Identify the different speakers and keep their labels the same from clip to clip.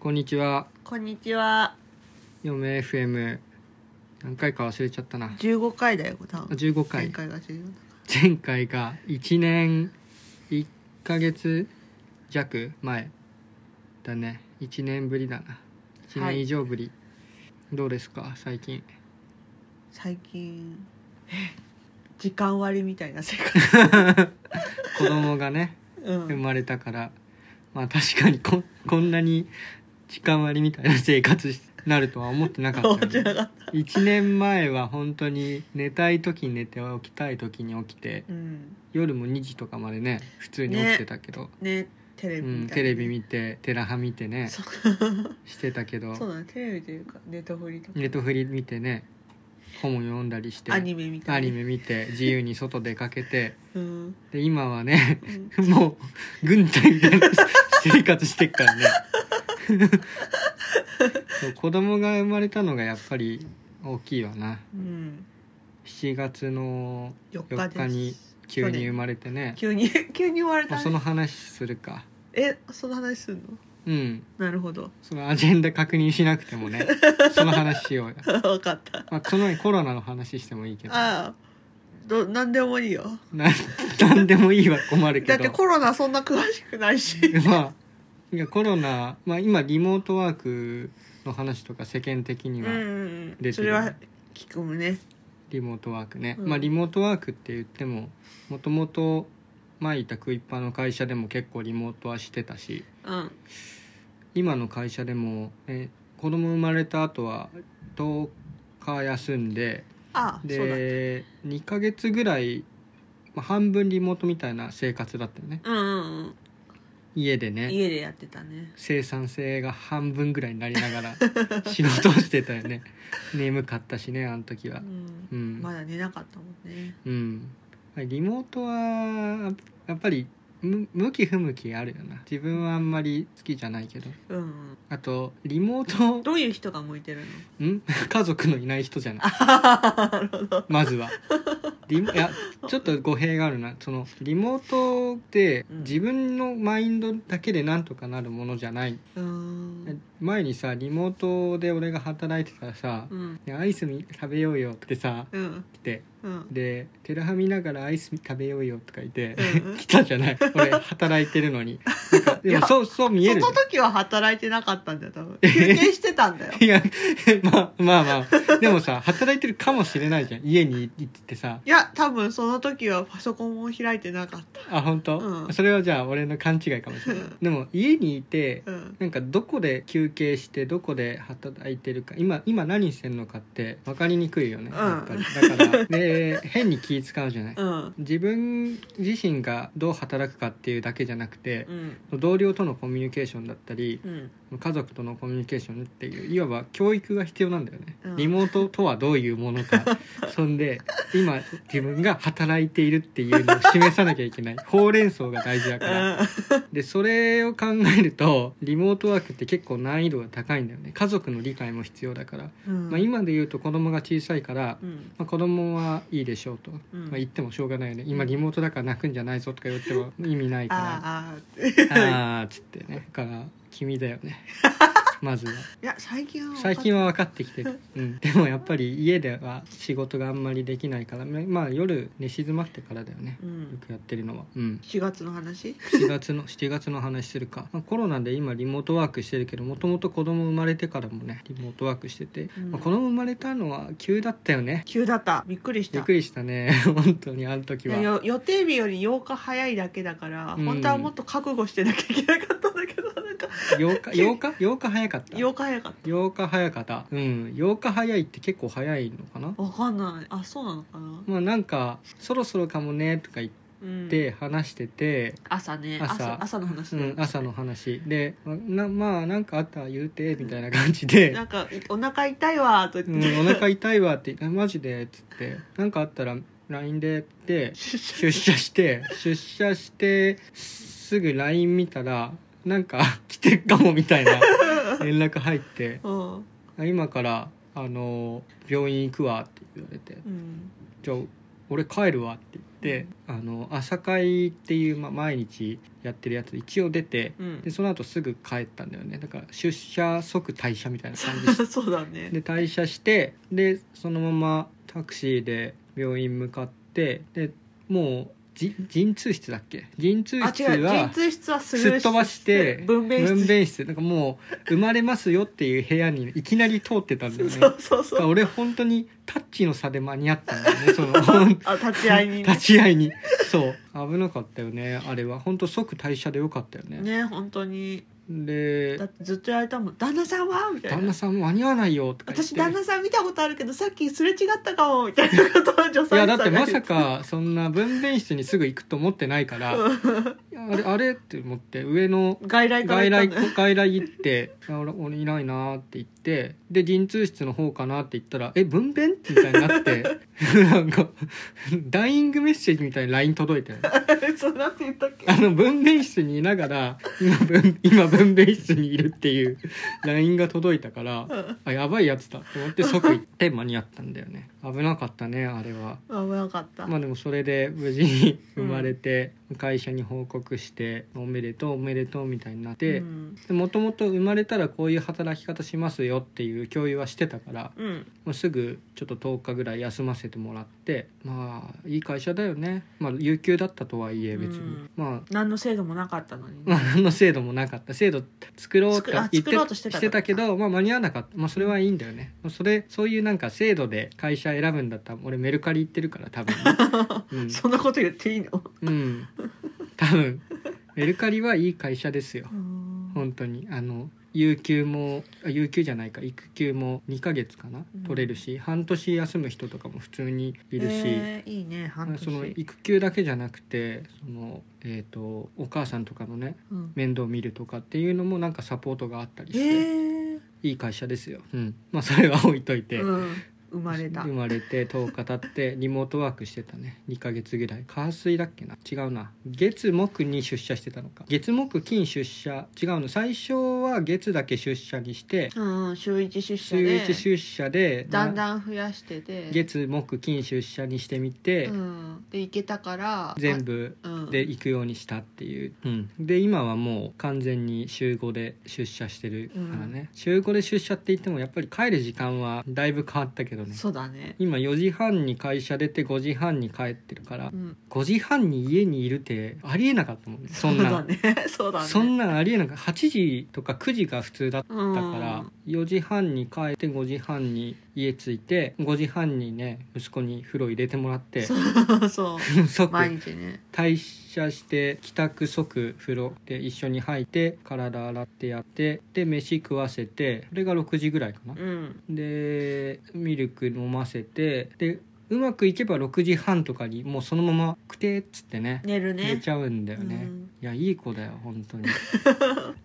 Speaker 1: こんにちは
Speaker 2: こんにちは。
Speaker 1: 嫁 FM 何回か忘れちゃったな
Speaker 2: 15回だよ、多
Speaker 1: あ
Speaker 2: 分。
Speaker 1: 15
Speaker 2: 前
Speaker 1: 回
Speaker 2: 回が15
Speaker 1: 前回が1年1ヶ月弱前だね1年ぶりだな1
Speaker 2: は
Speaker 1: 年
Speaker 2: い
Speaker 1: 以上ぶり、どうですか最近
Speaker 2: 最近、 え時間割りみたいな生 活。
Speaker 1: 子供がね
Speaker 2: う
Speaker 1: 生
Speaker 2: ん。
Speaker 1: まれたからまあ確かにここんなに時間割りみたいな生活になるとは思ってなかった
Speaker 2: 思
Speaker 1: よ
Speaker 2: っ
Speaker 1: ね
Speaker 2: てなかった。
Speaker 1: 1年前は本当に寝たい時に寝て起きたい時に起きて
Speaker 2: うん。
Speaker 1: 夜も2時とかまでね普通に起きてたけど、
Speaker 2: ね、テレ
Speaker 1: う
Speaker 2: ビ
Speaker 1: ん、
Speaker 2: みたいな。
Speaker 1: テレビ見てテラハ見てね
Speaker 2: そう
Speaker 1: してたけど
Speaker 2: そうだね、テレビというか、ネットフリとか。
Speaker 1: ネットフリ見てね本を読んだりして
Speaker 2: アニメみたいな。
Speaker 1: アニメ見て自由に外出かけて
Speaker 2: うん。
Speaker 1: で今はね
Speaker 2: うん
Speaker 1: もう軍隊みたいな生活してっ からねそう子供が生まれたのがやっぱり大きいわな
Speaker 2: うん。
Speaker 1: 7月の
Speaker 2: 4日です。
Speaker 1: 4日に急に生まれてね、
Speaker 2: 急に、 急に言われ
Speaker 1: まあ、
Speaker 2: た
Speaker 1: そ
Speaker 2: ね。
Speaker 1: の話するか
Speaker 2: え、その話すんの
Speaker 1: うん
Speaker 2: なるほど。
Speaker 1: そのアジェンダ確認しなくてもねその話しようよ、
Speaker 2: わかった。
Speaker 1: まあ、その前にコロナの話してもいいけど
Speaker 2: ああ、ど、なんでもいいよ。
Speaker 1: な何でもいいは困る
Speaker 2: だ
Speaker 1: け
Speaker 2: って
Speaker 1: ど
Speaker 2: コロナそんな詳しくないし。
Speaker 1: まあいやコロナ、まあ、今リモートワークの話とか世間的に
Speaker 2: うんう
Speaker 1: は
Speaker 2: んう
Speaker 1: 出てる
Speaker 2: ん、それは聞くもね
Speaker 1: リモートワークね、
Speaker 2: うん
Speaker 1: まあ、リモートワークって言ってももともと前いたクイッパーの会社でも結構リモートはしてたし
Speaker 2: うん
Speaker 1: 今の会社でも、え子供生まれた後は10日休んで
Speaker 2: あそうだうん
Speaker 1: で2ヶ月ぐらい、まあ、半分リモートみたいな生活だったよね
Speaker 2: うんうん
Speaker 1: 家でね
Speaker 2: 家でやってたね
Speaker 1: 生産性が半分ぐらいになりな がら仕事をしてたよね眠かったしねあの時は
Speaker 2: うん
Speaker 1: うん、
Speaker 2: まだ寝なかったもんね
Speaker 1: うんリモートはやっぱりむ向き不向きあるよな自分はあんまり好きじゃないけど
Speaker 2: うんうん
Speaker 1: あとリモート
Speaker 2: どういう人が向いてるの
Speaker 1: ん 家族のいない人じゃない
Speaker 2: なるほど
Speaker 1: まずはリモいやちょっと語弊があるなそのリモートって
Speaker 2: うん
Speaker 1: 自分のマインドだけでなんとかなるものじゃない、
Speaker 2: うん
Speaker 1: 前にさリモートで俺が働いてたらさ
Speaker 2: う、ん
Speaker 1: ねアイスみ食べようよってさ
Speaker 2: うん
Speaker 1: 来て
Speaker 2: うん
Speaker 1: で「テラハ見ながらアイス食べようよ」とか言って、
Speaker 2: うん
Speaker 1: 来たじゃない俺働いてるのになんかで
Speaker 2: い
Speaker 1: も
Speaker 2: や
Speaker 1: そうそう見え
Speaker 2: そ
Speaker 1: る
Speaker 2: の時は働いてなかったんだよ多分休憩してたんだよ
Speaker 1: いや まあまあまあでもさ働いてるかもしれないじゃん家に行ってさ
Speaker 2: いや多分その時はパソコンも開いてなかっ
Speaker 1: あ本当、
Speaker 2: うん
Speaker 1: それはじゃあ俺の勘違いかもしれない
Speaker 2: うん
Speaker 1: でも家にいて
Speaker 2: たうん
Speaker 1: なんかどこで休憩してどこで働いてるか今今何してんのかって分かりにくいよね、
Speaker 2: うん
Speaker 1: やっぱりだからで変に気使うじゃない、
Speaker 2: うん
Speaker 1: 自分自身がどう働くかっていうだけじゃなくて
Speaker 2: う、ん
Speaker 1: 同僚とのコミュニケーションだったり
Speaker 2: うん
Speaker 1: 家族とのコミュニケーションっていういわば教育が必要なんだよね、
Speaker 2: うん
Speaker 1: リモートとはどういうもの かそんで今自分が働いているっていうのを示さなきゃいけないほうれん草が大事だからでそれを考えるとリモートワークって結構難易度が高いんだよね家族の理解も必要だから、
Speaker 2: うん
Speaker 1: まあ、今で言うと子供が小さいから、
Speaker 2: うん
Speaker 1: まあ、子供はいいでしょうと、
Speaker 2: うん
Speaker 1: まあ、言ってもしょうがないよね今
Speaker 2: うん
Speaker 1: リモートだから泣くんじゃないぞとか言っても意味ないから
Speaker 2: あーあー
Speaker 1: あーっつってねだから君だよ ねまずはい
Speaker 2: や最近は分かった
Speaker 1: 最近は分かってきてる、うん、でもやっぱり家では仕事があんまりできないからままあ夜寝静まってからだよね
Speaker 2: う
Speaker 1: よ
Speaker 2: ん
Speaker 1: くやってるのは、うん、
Speaker 2: 4月の話
Speaker 1: 7月の 7月の話するか、まあ、コロナで今リモートワークしてるけどもともと子供生まれてからもねリモートワークしてて、
Speaker 2: うん
Speaker 1: まあ、子供生まれたのは急だったよね
Speaker 2: 急だったびっくりし
Speaker 1: びったくりしたね 本当にあの時は
Speaker 2: よ予定日より8日早いだけだから、
Speaker 1: うん
Speaker 2: 本当はもっと覚悟してなきゃいけなかったんだけど なんか
Speaker 1: 8日8日8日早かった
Speaker 2: 8日早かっ
Speaker 1: 8日早かったうん8日早いって結構早いのかな
Speaker 2: たわかんないあそうなのかな、
Speaker 1: まあなんか「そろそろかもね」とか言っ
Speaker 2: うん、
Speaker 1: て話してて、
Speaker 2: 朝ね
Speaker 1: 朝
Speaker 2: 朝朝の話
Speaker 1: う
Speaker 2: だ
Speaker 1: ん
Speaker 2: よ、
Speaker 1: 朝の話で「まあなまあなんかあったら言うて」みたいな感じで
Speaker 2: なんかいお腹痛いわー
Speaker 1: 「
Speaker 2: と
Speaker 1: う
Speaker 2: 言って、
Speaker 1: ん、お腹痛いわ」ってあ「マジで」っつって「なんかあったら LINE で」って出社して出社してすぐ LINE 見たらなんか来てっかもみたい な連絡入って
Speaker 2: うん
Speaker 1: 「あ今からあの病院行くわ」って言われて
Speaker 2: うん
Speaker 1: じゃあ俺帰るわ」って言って、あの朝会っていう、まあ、毎日やってるやつ一応出て
Speaker 2: うん
Speaker 1: でその後すぐ帰ったんだよねだから出社即退社みたいな感じ
Speaker 2: そうだね
Speaker 1: で退社してでそのままタクシーで病院向かってでもうじ陣痛室だっけ陣痛
Speaker 2: あ
Speaker 1: 室
Speaker 2: 違う陣
Speaker 1: は
Speaker 2: 痛室はす
Speaker 1: すっ飛ばして
Speaker 2: 分娩室
Speaker 1: 分娩室なんかもう生まれますよっていう部屋にいきなり通ってたんだよね
Speaker 2: そうそう
Speaker 1: だか
Speaker 2: そ
Speaker 1: ら
Speaker 2: う
Speaker 1: 俺本当にタッチの差で間に合ったんだよねその
Speaker 2: あ立ち会いにね
Speaker 1: 立ち会いにそう危なかったよねあれは本当即退社でよかったよね
Speaker 2: ね本当にだっ
Speaker 1: で
Speaker 2: てずっと言われたもん「旦那さんは?」みたい
Speaker 1: 旦
Speaker 2: な
Speaker 1: 那さん間に合わないよとか言って
Speaker 2: 私旦那さん見たことあるけどさっきすれ違ったかもみたいなことを助産師
Speaker 1: い
Speaker 2: さ
Speaker 1: や
Speaker 2: ん
Speaker 1: だって
Speaker 2: が言
Speaker 1: まさかそんな分娩室にすぐ行くと思ってない からあれあれって思って上の
Speaker 2: 外来から
Speaker 1: 外
Speaker 2: 行っ
Speaker 1: 来
Speaker 2: たんだよ
Speaker 1: 外来行って「あ俺俺いないな」って言ってで陣痛室の方かなって言ったら「え分娩?」みたいになって なんかダイイングメッセージみたいに LINE 届いて
Speaker 2: そうなんて言ったっけ
Speaker 1: あの分娩室にいながら今分今分娩室にいるっていう LINE が届いたから
Speaker 2: うん
Speaker 1: あやばいやつだと思って即行って間に合ったんだよね危なかったねあれは。
Speaker 2: 危なかった、
Speaker 1: まあでもそれで無事に生まれて、会社に報告して「おめでとうおめでとう」みたいになって
Speaker 2: うん
Speaker 1: もともと生まれたらこういう働き方しますよっていう共有はしてたから
Speaker 2: うん
Speaker 1: もうすぐちょっと10日ぐらい休ませてもらってまあいい会社だよねまあ有給だったとはいえ別に、
Speaker 2: うん
Speaker 1: まあ
Speaker 2: 何の制度もなかったのにね、
Speaker 1: まあ何の制度もなかった制度作ろうと
Speaker 2: 作あ
Speaker 1: 言っ
Speaker 2: 作ろうとしててた
Speaker 1: してたけど、まあ、間に合わなかった、まあ、それはいいんだよねまあそれそういうなんか制度で会社選ぶんだったら俺メルカリ行ってるから多分、 うん、
Speaker 2: そんなこと言っていいの
Speaker 1: うん多分メルカリはいい会社ですよ本当にあの有給もあ有給じゃないか育休も2ヶ月かな
Speaker 2: うん
Speaker 1: 取れるし、半年休む人とかも普通にいるし、
Speaker 2: えーいいね半年
Speaker 1: その育休だけじゃなくてその、えー、とお母さんとかのね
Speaker 2: うん
Speaker 1: 面倒見るとかっていうのもなんかサポートがあったりして、
Speaker 2: え
Speaker 1: いい会社ですよ、うん、まあそれは置いといて、
Speaker 2: ーうん、生まれた
Speaker 1: 生まれて10日経ってリモートワークしてたね2ヶ月ぐらい火水だっけな違うな月木に出社してたのか月木金出社違うの最初は月だけ出社にして
Speaker 2: うん、週一出社
Speaker 1: 週
Speaker 2: で
Speaker 1: 1出社で
Speaker 2: だ
Speaker 1: な
Speaker 2: んだん増やしてて
Speaker 1: 月木金出社にしてみて、
Speaker 2: うん、で行けたから
Speaker 1: 全部
Speaker 2: あうん
Speaker 1: で行くようにしたっていう、うん、で今はもう完全に週5で出社してるからね、週5で出社って言ってもやっぱり帰る時間はだいぶ変わったけどね
Speaker 2: そうだね、
Speaker 1: 今4時半に会社出て5時半に帰ってるから
Speaker 2: うん、
Speaker 1: 5時半に家にいるってありえなかったもんねそん
Speaker 2: そうだ
Speaker 1: な
Speaker 2: ねそうだね
Speaker 1: そんなんありえなかった8時とか9時が普通だった
Speaker 2: うん
Speaker 1: から4時半に帰って5時半に家着いて5時半にね息子に風呂入れてもらって
Speaker 2: そうそ
Speaker 1: 即
Speaker 2: う毎日ね
Speaker 1: 退社して帰宅即風呂で一緒に入って体洗ってやってで飯食わせてこれが6時ぐらいかな
Speaker 2: うん
Speaker 1: でミルク飲ませてでうまくいけば6時半とかにもうそのままくてっつってね
Speaker 2: 寝るね
Speaker 1: 寝ちゃうんだよね、
Speaker 2: うん
Speaker 1: いやいい子だよ本当に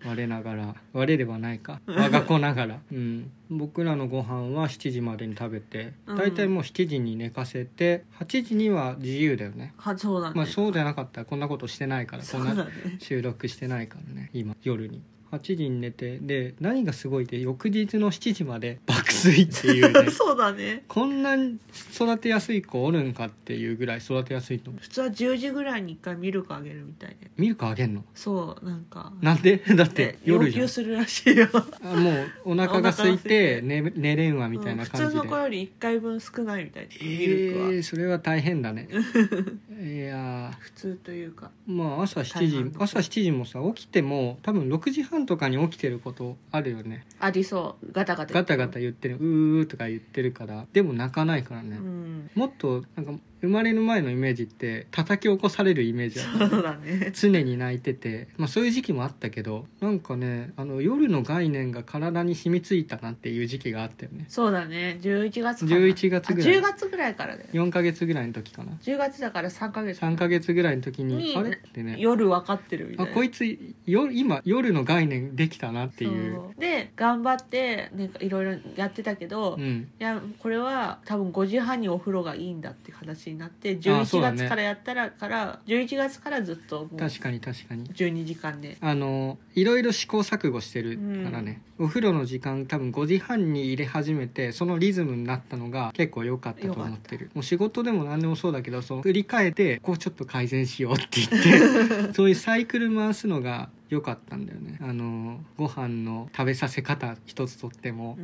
Speaker 1: 我ながら我ではないか我が子ながら、うん、僕らのご飯は7時までに食べて
Speaker 2: うん
Speaker 1: 大体もう7時に寝かせて8時には自由だよね
Speaker 2: はそうだね、
Speaker 1: まあそうじゃなかったらこんなことしてないからこ
Speaker 2: そ
Speaker 1: ん
Speaker 2: うだ
Speaker 1: な
Speaker 2: ね
Speaker 1: 収録してないからね今夜に8時に寝てで何がすごいって翌日の7時まで爆睡っていうね
Speaker 2: そうだね
Speaker 1: こんなに育てやすい子おるんかっていうぐらい育てやすいと思う
Speaker 2: 普通は10時ぐらいに一回ミルクあげるみたいで
Speaker 1: ミルクあげんの
Speaker 2: そうなんか
Speaker 1: なんで だって
Speaker 2: ね
Speaker 1: 夜
Speaker 2: 要
Speaker 1: じゃ
Speaker 2: 求
Speaker 1: ん
Speaker 2: するらしいよ
Speaker 1: あもうお腹が空いて寝寝れん わみたいな
Speaker 2: うん
Speaker 1: 感
Speaker 2: 普
Speaker 1: じ
Speaker 2: 通
Speaker 1: で
Speaker 2: の子より一回分少ないみたいで
Speaker 1: え
Speaker 2: ミルクは、
Speaker 1: ーそれは大変だ ねいやー
Speaker 2: 普通というか
Speaker 1: まあ朝
Speaker 2: 大
Speaker 1: 7
Speaker 2: 半
Speaker 1: 時朝7時もさ起きても多分6時半とかに起きてることあるよね
Speaker 2: ありそうガタガタ
Speaker 1: ガタガタ言ってる「うー」とか言ってるからでも泣かないからね、
Speaker 2: うん
Speaker 1: もっとなんか生まれる前のイメージって叩き起こされるイメージある
Speaker 2: そうだね
Speaker 1: 常に泣いてて、まあ、そういう時期もあったけどなんかねあの夜の概念が体に染みついたなっていう時期があったよね
Speaker 2: そうだね11月かな
Speaker 1: 11月ぐらい
Speaker 2: あ10月ぐらいからだよ
Speaker 1: 4ヶ月ぐらいの時かな
Speaker 2: 10月だから3ヶ月
Speaker 1: 3ヶ月ぐらいの時に
Speaker 2: に
Speaker 1: あれってね
Speaker 2: 夜分かってるみた
Speaker 1: あ
Speaker 2: いな
Speaker 1: こいつよ今夜の概念できたなっていう
Speaker 2: そうで頑張ってなんかいろいろやってたけど、
Speaker 1: う
Speaker 2: い
Speaker 1: ん
Speaker 2: やこれは多分5時半にお風呂がいいんだって話にになって
Speaker 1: あそう
Speaker 2: 11
Speaker 1: だね
Speaker 2: 月からやったらから、11月からずっともう
Speaker 1: 確かに確かに
Speaker 2: 12時間で
Speaker 1: あのいろいろ試行錯誤してるからね、お風呂の時間多分5時半に入れ始めてそのリズムになったのが結構良かったと思ってるもう仕事でも何でもそうだけどその振り返ってこうちょっと改善しようって言って そういうサイクル回すのが良かったんだよねあのご飯の食べさせ方一つとっても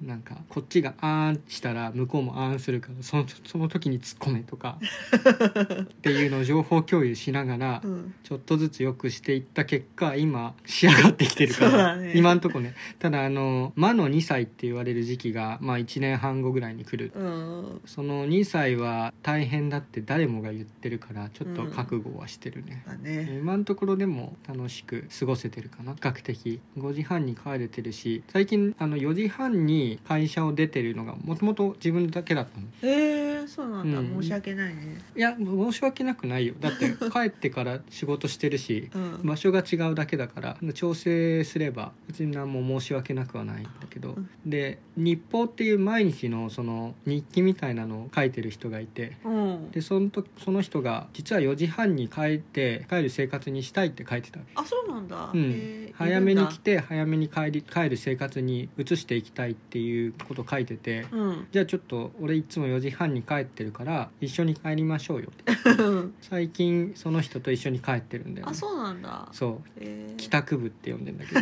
Speaker 2: う、ん
Speaker 1: なんかこっちがあーんしたら向こうもあーんするからそのその時に突っ込めと かっていうのを情報共有しながら
Speaker 2: うん
Speaker 1: ちょっとずつ良くしていった結果今仕上がってきてるか
Speaker 2: そう
Speaker 1: ら、
Speaker 2: だね
Speaker 1: 今んとこねただあの魔の2歳って言われる時期が、まあ、1年半後ぐらいに来る
Speaker 2: うん
Speaker 1: その2歳は大変だって誰もが言ってるからちょっと覚悟はしてるね、
Speaker 2: だね
Speaker 1: 今のところでも楽しく過ごせてるかな比較的5時半に帰れてるし最近あの4時半に会社を出てるのがもともと自分だけだったの
Speaker 2: えー、そうなんだ、
Speaker 1: うん
Speaker 2: 申し訳ないね
Speaker 1: いや申し訳なくないよだって帰ってから仕事してるし
Speaker 2: うん、
Speaker 1: 場所が違うだけだから調整すれば別に何も申し訳なくはないんだけど
Speaker 2: うん
Speaker 1: で日報っていう毎日のその日記みたいなのを書いてる人がいて
Speaker 2: うん
Speaker 1: でその時その人が実は4時半に帰って帰る生活にしたいって書いてた
Speaker 2: あそうなんだ、
Speaker 1: う
Speaker 2: え
Speaker 1: ん
Speaker 2: ー、
Speaker 1: 早めに
Speaker 2: いる
Speaker 1: 来
Speaker 2: んだ
Speaker 1: て早めに帰り帰る生活に移していきたいっていうこと書いてて。
Speaker 2: うん
Speaker 1: じゃあちょっと俺いつも4時半に帰ってるから一緒に帰りましょうよって 最近その人と一緒に帰ってるんだよ、ね、
Speaker 2: あそうなんだ
Speaker 1: そう
Speaker 2: えー、
Speaker 1: 帰宅部って呼んでんだ けど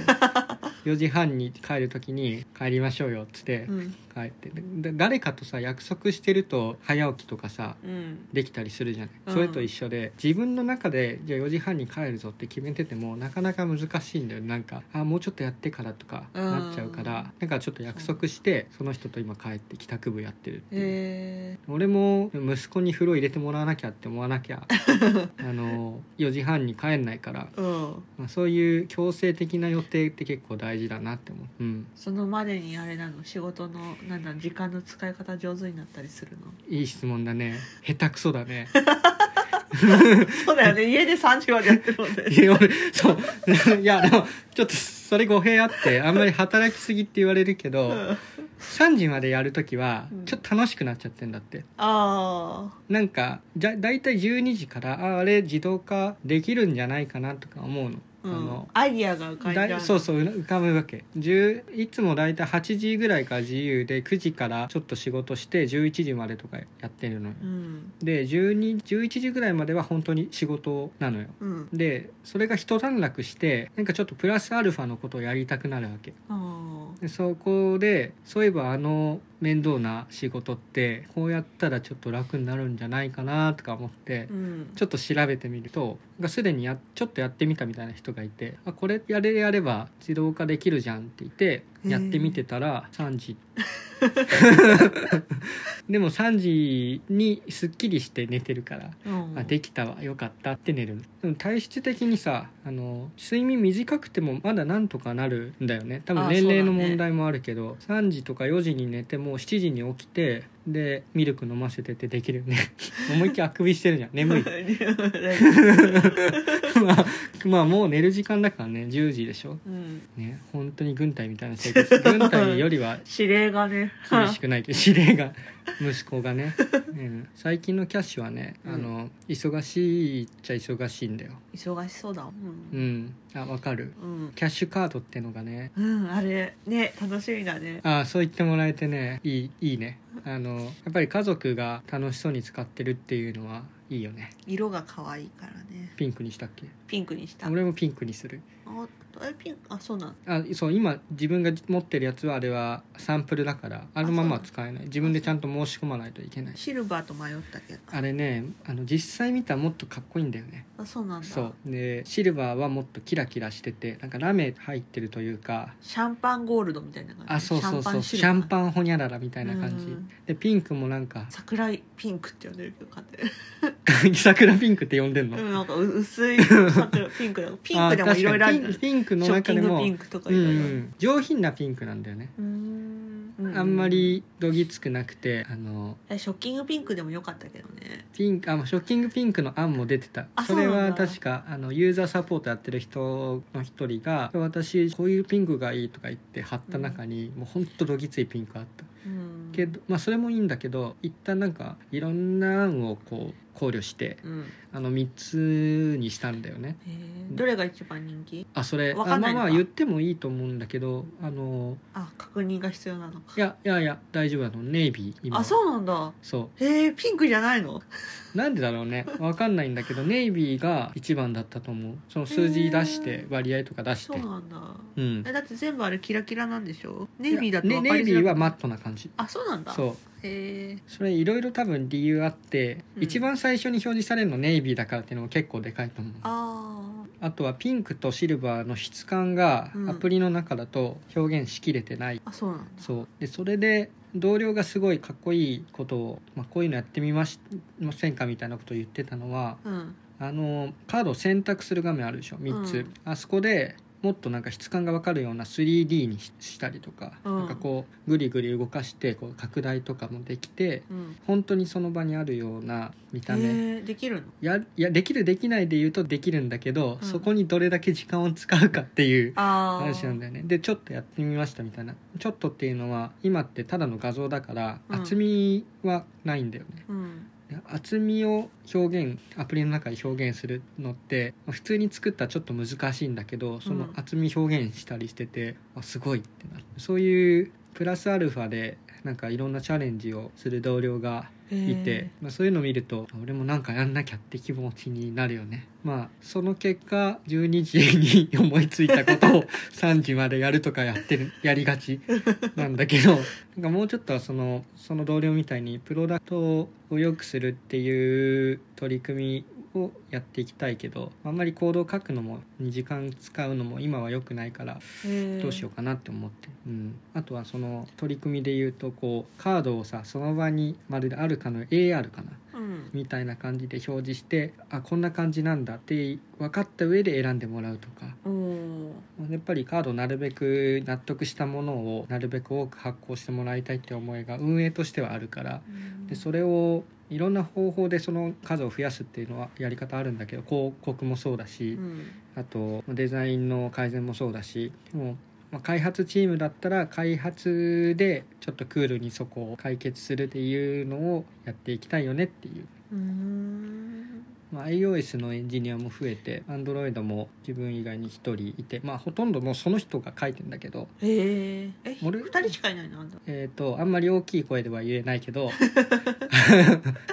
Speaker 1: 4時半に帰る時に帰りましょうよっつって
Speaker 2: うん
Speaker 1: 帰ってで誰かとさ約束してると早起きとかさ
Speaker 2: うん
Speaker 1: できたりするじゃない、
Speaker 2: うん
Speaker 1: それと一緒で自分の中でじゃあ4時半に帰るぞって決めててもなかなか難しいんだよねなんかあもうちょっとやってからとか
Speaker 2: うん
Speaker 1: なっちゃうから、なんかちょっと約束してその人と今帰って帰宅部やってるっていう、
Speaker 2: え
Speaker 1: 俺も息子に風呂入れてもらわなきゃって思わなき ゃあの4時半に帰んないから
Speaker 2: ー、うん
Speaker 1: まあ、そういう強制的な予定って結構大事だなって思う、うん、
Speaker 2: そのまでにあれなの仕事のなんだ時間の使い方上手になったりするの
Speaker 1: いい質問だね下手くそだね
Speaker 2: そうだよ ね家で3時までやってるもんね
Speaker 1: いや俺そう いやでもちょっとそれ語弊あってあんまり働きすぎって言われるけど
Speaker 2: うん
Speaker 1: 3時までやる時は
Speaker 2: うん
Speaker 1: ちょっと楽しくなっちゃってんだって
Speaker 2: あ
Speaker 1: なんかじゃ大体12時からああれ自動化できるんじゃないかなとか思うの,、
Speaker 2: あ、う
Speaker 1: あ
Speaker 2: ん
Speaker 1: の、
Speaker 2: アイディアが浮かんじゃ
Speaker 1: だ
Speaker 2: う
Speaker 1: いそうそう浮かぶわけ10いつも大体8時ぐらいから自由で9時からちょっと仕事して11時までとかやってるのよ
Speaker 2: うん
Speaker 1: で12 11時ぐらいまでは本当に仕事なのよ
Speaker 2: うん
Speaker 1: でそれが一段落してなんかちょっとプラスアルファのことをやりたくなるわけ
Speaker 2: あ
Speaker 1: でそこでそういえばあの面倒な仕事ってこうやったらちょっと楽になるんじゃないかなとか思って
Speaker 2: ーうん
Speaker 1: ちょっと調べてみるとなんかすでにやちょっとやってみたみたいな人がいてあこれやれやれば自動化できるじゃんって言って
Speaker 2: へー
Speaker 1: やってみてたら3時でも3時にすっきりして寝てるから
Speaker 2: うん
Speaker 1: あできたわよかったって寝るでも体質的にさあの睡眠短くてもまだなんとかなるんだよね多分
Speaker 2: あ
Speaker 1: 年齢の
Speaker 2: そうだね
Speaker 1: 問題もあるけど、3時とか4時に寝てもう7時に起きてでミルク飲ませてってできるよ ね思いっきりあくびしてるじゃん眠い まあまあもう寝る時間だからね10時でしょ
Speaker 2: うん
Speaker 1: ね本当に軍隊みたいな生活軍隊よりは
Speaker 2: 指令がね
Speaker 1: 厳しくないけど指令が息子がね、うん、最近のキャッシュはねあの、忙しいっちゃ忙しいんだよ
Speaker 2: 忙しそうだう
Speaker 1: うんんあわかる
Speaker 2: うん、
Speaker 1: キャッシュカードってのがね
Speaker 2: うん、あれね楽しみだね
Speaker 1: ああそう言ってもらえてねいいいいねあのやっぱり家族が楽しそうに使ってるっていうのはいいよね
Speaker 2: 色が可愛いからね
Speaker 1: ピンクにしたっけ
Speaker 2: ピンクにした
Speaker 1: 俺もピンクにする
Speaker 2: あえピンあそうなん
Speaker 1: あそう今自分が持ってるやつはあれはサンプルだからあのままは使えない自分でちゃんと申し込まないといけない
Speaker 2: シルバーと迷ったけど
Speaker 1: あれねあの実際見たらもっとかっこいいんだよね
Speaker 2: あそうなんだ
Speaker 1: そうでシルバーはもっとキラキラしててなんかラメ入ってるというか
Speaker 2: シャンパンゴールドみたいな感じ
Speaker 1: あそうそうそうシ
Speaker 2: シ
Speaker 1: ャ
Speaker 2: ャ
Speaker 1: ン
Speaker 2: ンパン
Speaker 1: パンホニャララみたいな感
Speaker 2: う
Speaker 1: じ
Speaker 2: ん
Speaker 1: でピンクもなんか
Speaker 2: 桜井ピンクって呼んでるけど勝手に
Speaker 1: 桜ピンクって呼んでんの、
Speaker 2: うんなんかう薄 い桜ピンクだピンクでもいろいろある
Speaker 1: あ
Speaker 2: ん
Speaker 1: 確かに
Speaker 2: だね
Speaker 1: ピンピンク
Speaker 2: シ
Speaker 1: の
Speaker 2: ョ
Speaker 1: 中
Speaker 2: ッキ
Speaker 1: で
Speaker 2: ング
Speaker 1: も
Speaker 2: ピンクとか
Speaker 1: う
Speaker 2: い
Speaker 1: ん
Speaker 2: ろいろ
Speaker 1: うん上品なピンクなんだよね
Speaker 2: うーんう
Speaker 1: あんまりどぎつくなくてあの
Speaker 2: えショッキングピンクでもよかったけどね
Speaker 1: ピンクあショッキングピンクの案も出てた
Speaker 2: あ
Speaker 1: それ
Speaker 2: そうな
Speaker 1: は
Speaker 2: んだ
Speaker 1: 確かあのユーザーサポートやってる人の一人が「私こういうピンクがいい」とか言って貼った中に、もうほんとどぎついピンクあった
Speaker 2: うん
Speaker 1: けど、まあ、それもいいんだけど一旦なんかいろんな案をこう考慮して
Speaker 2: うんへ
Speaker 1: あの3つにしたんだよね。
Speaker 2: えどれが一番人気
Speaker 1: あそれあま
Speaker 2: わか
Speaker 1: あ
Speaker 2: んないの
Speaker 1: ま
Speaker 2: か
Speaker 1: あ言ってもいいと思うんだけどあの
Speaker 2: あ確認が必要なのか
Speaker 1: いやいやいや大丈夫あのネイビー今
Speaker 2: あそうなんだ
Speaker 1: そ
Speaker 2: へえピンクじゃないの
Speaker 1: うなんでだろうねわかんないんだけどネイビーが一番だったと思うその数字出し
Speaker 2: へ
Speaker 1: て
Speaker 2: ー
Speaker 1: 割合とか出し
Speaker 2: そ
Speaker 1: て
Speaker 2: うなんだ
Speaker 1: うん
Speaker 2: えだって全部あれキラキラなんでしょネイビーだと
Speaker 1: ね
Speaker 2: 分か
Speaker 1: ネ
Speaker 2: り
Speaker 1: イ
Speaker 2: づらく
Speaker 1: ビーはマットな感じ
Speaker 2: あそうなんだ
Speaker 1: そう
Speaker 2: へえ
Speaker 1: それいろいろ多分理由あって、
Speaker 2: うん
Speaker 1: 一番最初に表示されるのネイビーだからっていうのも結構でかいと思うあ
Speaker 2: あ
Speaker 1: とはピンクとシルバーの質感が
Speaker 2: うん
Speaker 1: アプリの中だと表現しきれてない、
Speaker 2: ーあそうなんだ
Speaker 1: そうでそれで同僚がすごいかっこいいことを、まあ、こういうのやってみましませんかみたいなことを言ってたのは
Speaker 2: うん
Speaker 1: あのカードを選択する画面あるでしょ3つ、
Speaker 2: うん
Speaker 1: あそこでもっとなんか質感が分かるような 3D にししたりとか、
Speaker 2: うん
Speaker 1: なんかこうグリグリ動かしてこう拡大とかもできて
Speaker 2: うん
Speaker 1: 本当にその場にあるような見た目
Speaker 2: へえできるの
Speaker 1: やいやできるできないで言うとできるんだけど、
Speaker 2: うん
Speaker 1: そこにどれだけ時間を使うかっていう
Speaker 2: ああ
Speaker 1: 話なんだよねでちょっとやってみましたみたいなちょっとっていうのは今ってただの画像だから
Speaker 2: うん
Speaker 1: 厚みはないんだよね、
Speaker 2: うん
Speaker 1: で厚みを表現アプリの中で表現するのってまあ普通に作ったらちょっと難しいんだけどその厚み表現したりしてて、あすごいってなるそういうプラスアルファでなんかいろんなチャレンジをする同僚が
Speaker 2: へ
Speaker 1: い
Speaker 2: ー
Speaker 1: て、まあ、そういうのを見ると俺もなんかやんなきゃって気持ちになるよねまあその結果12時に思いついたことを3時までやるとかやってるやりがちなんだけどなんかもうちょっとはそのその同僚みたいにプロダクトを良くするっていう取り組みをやっていきたいけどあんまり行動を書くのもに時間使うのも今は良くないから
Speaker 2: へー
Speaker 1: どうしようかなって思って、うん、あとはその取り組みで言うとこうカードをさその場にまるであるかの AR かな
Speaker 2: うん
Speaker 1: みたいな感じで表示してあこんな感じなんだって分かった上で選んでもらうとか
Speaker 2: おお
Speaker 1: やっぱりカードをなるべく納得したものをなるべく多く発行してもらいたいって思いが運営としてはあるからでそれをいろんな方法でその数を増やすっていうのはやり方あるんだけど広告もそうだし、
Speaker 2: うん
Speaker 1: あとデザインの改善もそうだしもう、まあ、開発チームだったら開発でちょっとクールにそこを解決するっていうのをやっていきたいよねっていう、
Speaker 2: うーん
Speaker 1: まあ、iOS のエンジニアも増えて Android も自分以外に1人いて、まあ、ほとんどもうその人が書いてんだけど、
Speaker 2: へーえ
Speaker 1: 俺
Speaker 2: 二人しかいないのあんた
Speaker 1: えー、とあんまり大きい声では言えないけ ど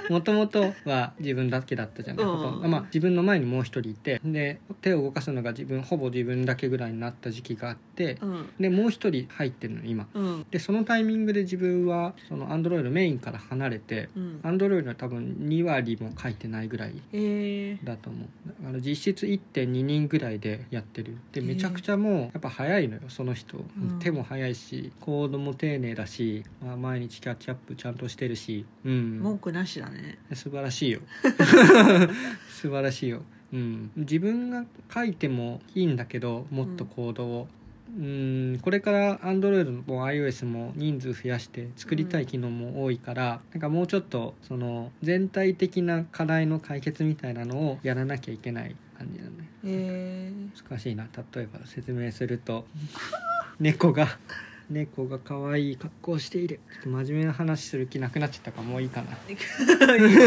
Speaker 1: もともとは自分だけだったじゃない、
Speaker 2: うん
Speaker 1: ほとんどまあ、自分の前にもう1人いてで手を動かすのが自分ほぼ自分だけぐらいになった時期があって、
Speaker 2: うん
Speaker 1: でもう一人入ってるの今
Speaker 2: うん
Speaker 1: でそのタイミングで自分はそのアンドロイドメインから離れて
Speaker 2: うん
Speaker 1: アンドロイドは多分2割も書いてないぐらい
Speaker 2: へえ
Speaker 1: だと思うだから実質1.2人ぐらいでやってるでめちゃくちゃもうやっぱ早いのよその人、
Speaker 2: うん
Speaker 1: 手も早いしコードも丁寧だし、まあ、毎日キャッチアップちゃんとしてるしうん
Speaker 2: 文句なしだね
Speaker 1: 素晴らしいよ 素晴らしいよ、うん、自分が書いてもいいんだけどもっと行動を、うん、これから Android も iOS も人数増やして作りたい機能も多いから、なんかもうちょっとその全体的な課題の解決みたいなのをやらなきゃいけない感じだね
Speaker 2: へえ
Speaker 1: 難しいな例えば説明すると 猫が猫が可愛い格好をしているちょっと真面目な話する気なくなっちゃったからもういいかな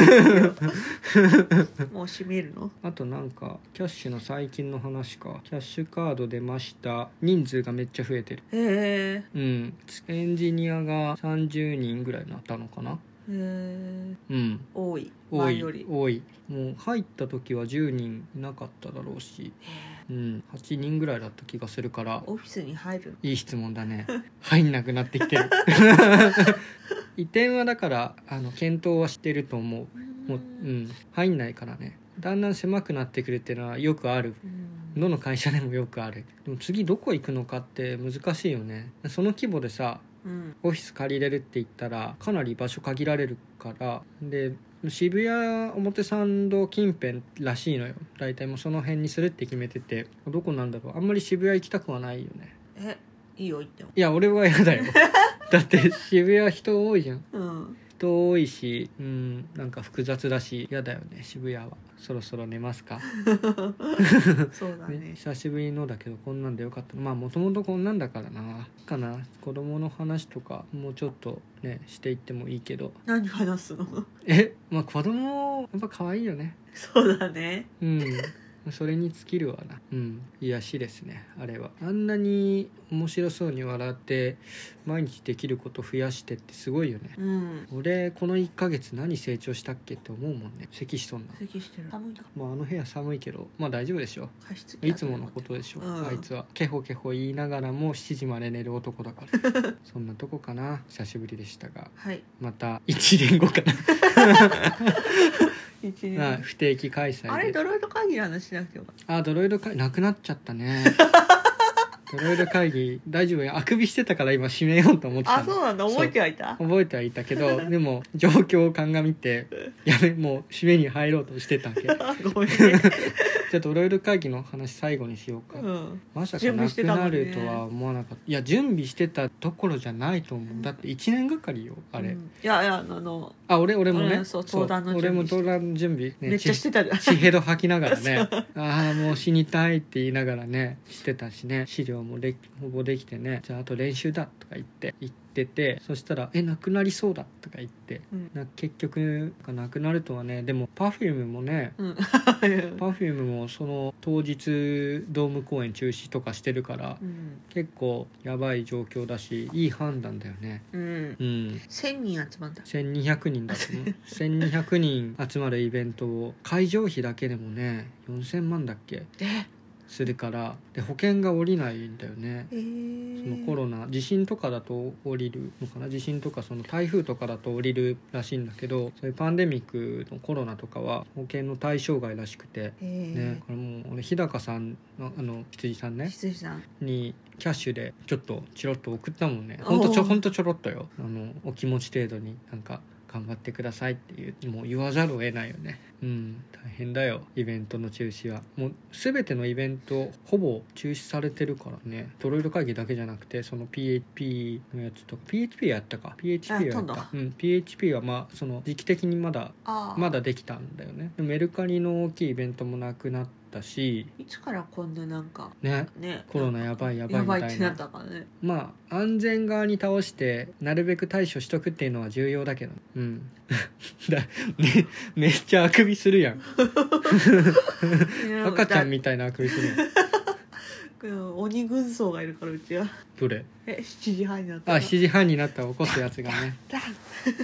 Speaker 2: もう閉めるの
Speaker 1: あとなんかキャッシュの最近の話かキャッシュカード出ました人数がめっちゃ増えてる
Speaker 2: へえ
Speaker 1: うんエンジニアが30人ぐらいになったのかな
Speaker 2: へえ
Speaker 1: うん
Speaker 2: 多い
Speaker 1: 多
Speaker 2: 前
Speaker 1: い
Speaker 2: より
Speaker 1: 多いもう入った時は10人いなかっただろうし、
Speaker 2: へ
Speaker 1: う
Speaker 2: え
Speaker 1: ん、8人ぐらいだった気がするから
Speaker 2: オフィスに入るの
Speaker 1: いい質問だ ね入んなくなってきてる移転はだからあの検討はしてると思うもう、うん、入んないからねだんだん狭くなってくるっていうのはよくある
Speaker 2: うん
Speaker 1: どの会社でもよくあるでも次どこ行くのかって難しいよねその規模でさ
Speaker 2: うん
Speaker 1: オフィス借りれるって言ったらかなり場所限られるからで渋谷表参道近辺らしいのよ大体もうその辺にするって決めててどこなんだろうあんまり渋谷行きたくはないよね
Speaker 2: えいいよ言っても
Speaker 1: いや俺は嫌だよだって渋谷人多いじゃん
Speaker 2: うん
Speaker 1: 人多いしうんなんか複雑だし嫌だよね渋谷はそろそろ寝ますか、
Speaker 2: そうだ
Speaker 1: ね、
Speaker 2: ね
Speaker 1: 久しぶりのだけどこんなんでよかったまあもともとこんなんだからなかな子供の話とかもうちょっとねしていってもいいけど
Speaker 2: 何話すの
Speaker 1: えまあ子供やっぱ可愛いよね
Speaker 2: そうだね
Speaker 1: うんそれに尽きるわなうん癒しですねあれはあんなに面白そうに笑って毎日できること増やしてってすごいよね
Speaker 2: うん
Speaker 1: 俺この1ヶ月何成長したっけって思うもんね咳しとんな
Speaker 2: 咳してる寒いから
Speaker 1: まああの部屋寒いけどまあ大丈夫でしょ
Speaker 2: 加湿器
Speaker 1: いつものことでしょ、
Speaker 2: うん
Speaker 1: あいつはケホケホ言いながらも7時まで寝る男だから そんなとこかな久しぶりでしたが
Speaker 2: はい
Speaker 1: また1年後か
Speaker 2: 一
Speaker 1: な、はい
Speaker 2: 年
Speaker 1: 不定期開催で
Speaker 2: あれドロイド会議の話しなくてよかっ
Speaker 1: あドロイド会なくなっちゃった ねドロイド会議大丈夫よあくびしてたから今締めようと思って
Speaker 2: た
Speaker 1: た
Speaker 2: あそう
Speaker 1: の
Speaker 2: なんだ覚えてはいた
Speaker 1: 覚えてはいたけ どでも状況を鑑みてやべもう締めに入ろうとしてたわけじゃ
Speaker 2: ごめんね、
Speaker 1: あドロイド会議の話最後にしようか、
Speaker 2: うん、
Speaker 1: まさか
Speaker 2: 準備
Speaker 1: な
Speaker 2: して
Speaker 1: く
Speaker 2: たも
Speaker 1: なん
Speaker 2: ね
Speaker 1: るとは思わなかったいや準備してたどころじゃないと思うだって1年がかりよあれ、
Speaker 2: うんいやいやあの
Speaker 1: あ俺俺も
Speaker 2: 俺
Speaker 1: ね
Speaker 2: もそう登壇の準備
Speaker 1: 俺も登壇の準備、ね、
Speaker 2: めっちゃしてたじゃん
Speaker 1: 血ヘド吐きながら ねああもう死にたいって言いながらねしてたしね資料もできほぼできてねじゃああと練習だとか言って言っててそしたら「えなくなりそうだ」とか言って
Speaker 2: うん
Speaker 1: な結局なくなるとはねでも Perfume もね
Speaker 2: う ん
Speaker 1: Perfume もその当日ドーム公演中止とかしてるから
Speaker 2: うん
Speaker 1: 結構やばい状況だしいい判断だよね
Speaker 2: うん
Speaker 1: うん
Speaker 2: 1000人集まった
Speaker 1: 1200人だと思う1200人集まるイベントを会場費だけでもね4000万だっけ
Speaker 2: で
Speaker 1: するからで保険が下りないんだよね
Speaker 2: え
Speaker 1: そ
Speaker 2: ー、
Speaker 1: のコロナ地震とかだと降りるのかな地震とかその台風とかだと降りるらしいんだけどそういうパンデミックのコロナとかは保険の対象外らしくて。
Speaker 2: えー、
Speaker 1: ね、これもう俺日高さんのあの羊さんね
Speaker 2: 羊さん
Speaker 1: にキャッシュでちょっとチロッと送ったもんねほんとち
Speaker 2: お
Speaker 1: ょ
Speaker 2: ー
Speaker 1: ほんとちょろっとよあのお気持ち程度になんか頑張ってくださいっていうもう言わざるを得ないよねうん大変だよイベントの中止はもう全てのイベントほぼ中止されてるからねドロイド会議だけじゃなくてその PHP のやつとか PHP やったか PHP はや
Speaker 2: あ
Speaker 1: っ
Speaker 2: 今
Speaker 1: たうん PHP はまあその時期的にまだ
Speaker 2: ああ
Speaker 1: まだできたんだよねでメルカリの大きいイベントもなくなったし
Speaker 2: いつからこんななんか
Speaker 1: ね
Speaker 2: ね
Speaker 1: コロナやばいやばい
Speaker 2: や
Speaker 1: みたい
Speaker 2: ばい
Speaker 1: な
Speaker 2: ってなったからね
Speaker 1: まあ安全側に倒してなるべく対処しとくっていうのは重要だけどうん だ、ね、めっちゃあくびするやん 赤ちゃんみたいなあくびするやん
Speaker 2: うん鬼軍曹がいるからうちは
Speaker 1: どれ
Speaker 2: え7時半になった
Speaker 1: あ7時半になったら起こすやつがね
Speaker 2: だ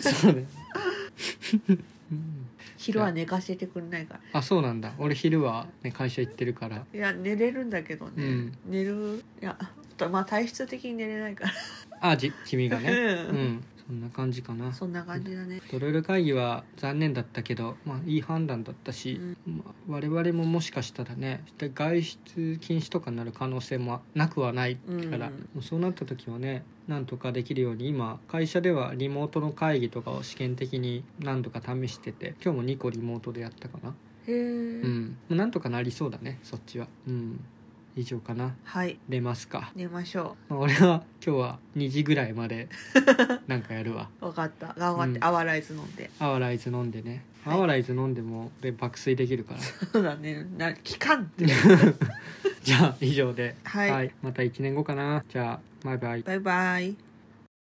Speaker 1: そうね うん
Speaker 2: 昼は寝かせてくれないから
Speaker 1: あそうなんだ俺昼は、ね、会社行ってるから
Speaker 2: いや寝れるんだけどね、
Speaker 1: うん
Speaker 2: 寝るいやとまあ体質的に寝れないから
Speaker 1: あじ君がねう
Speaker 2: うん
Speaker 1: んそんな感じかな
Speaker 2: そんな感じだね
Speaker 1: ドロイド会議は残念だったけど、まあ、いい判断だったし、まあ我々ももしかしたらね外出禁止とかになる可能性もなくはないから、
Speaker 2: うん
Speaker 1: もうそうなった時はねなんとかできるように今会社ではリモートの会議とかを試験的に何度か試してて今日も2個リモートでやったかな、
Speaker 2: へえ、
Speaker 1: うん、もうなんとかなりそうだねそっちは、うん、以上かな
Speaker 2: はい
Speaker 1: 出ますか、
Speaker 2: 寝ましょ
Speaker 1: まあ俺は今日は2時ぐらいまでなんかやるわ
Speaker 2: う分かった頑張って、
Speaker 1: うん
Speaker 2: アワライズ飲んで
Speaker 1: アワライズ飲んでね、
Speaker 2: はい
Speaker 1: アワライズ飲んでも俺爆睡できるから
Speaker 2: そうだねな期間って
Speaker 1: じゃあ以上で
Speaker 2: はい
Speaker 1: また1年後かなじゃあバイバイ
Speaker 2: バイバイ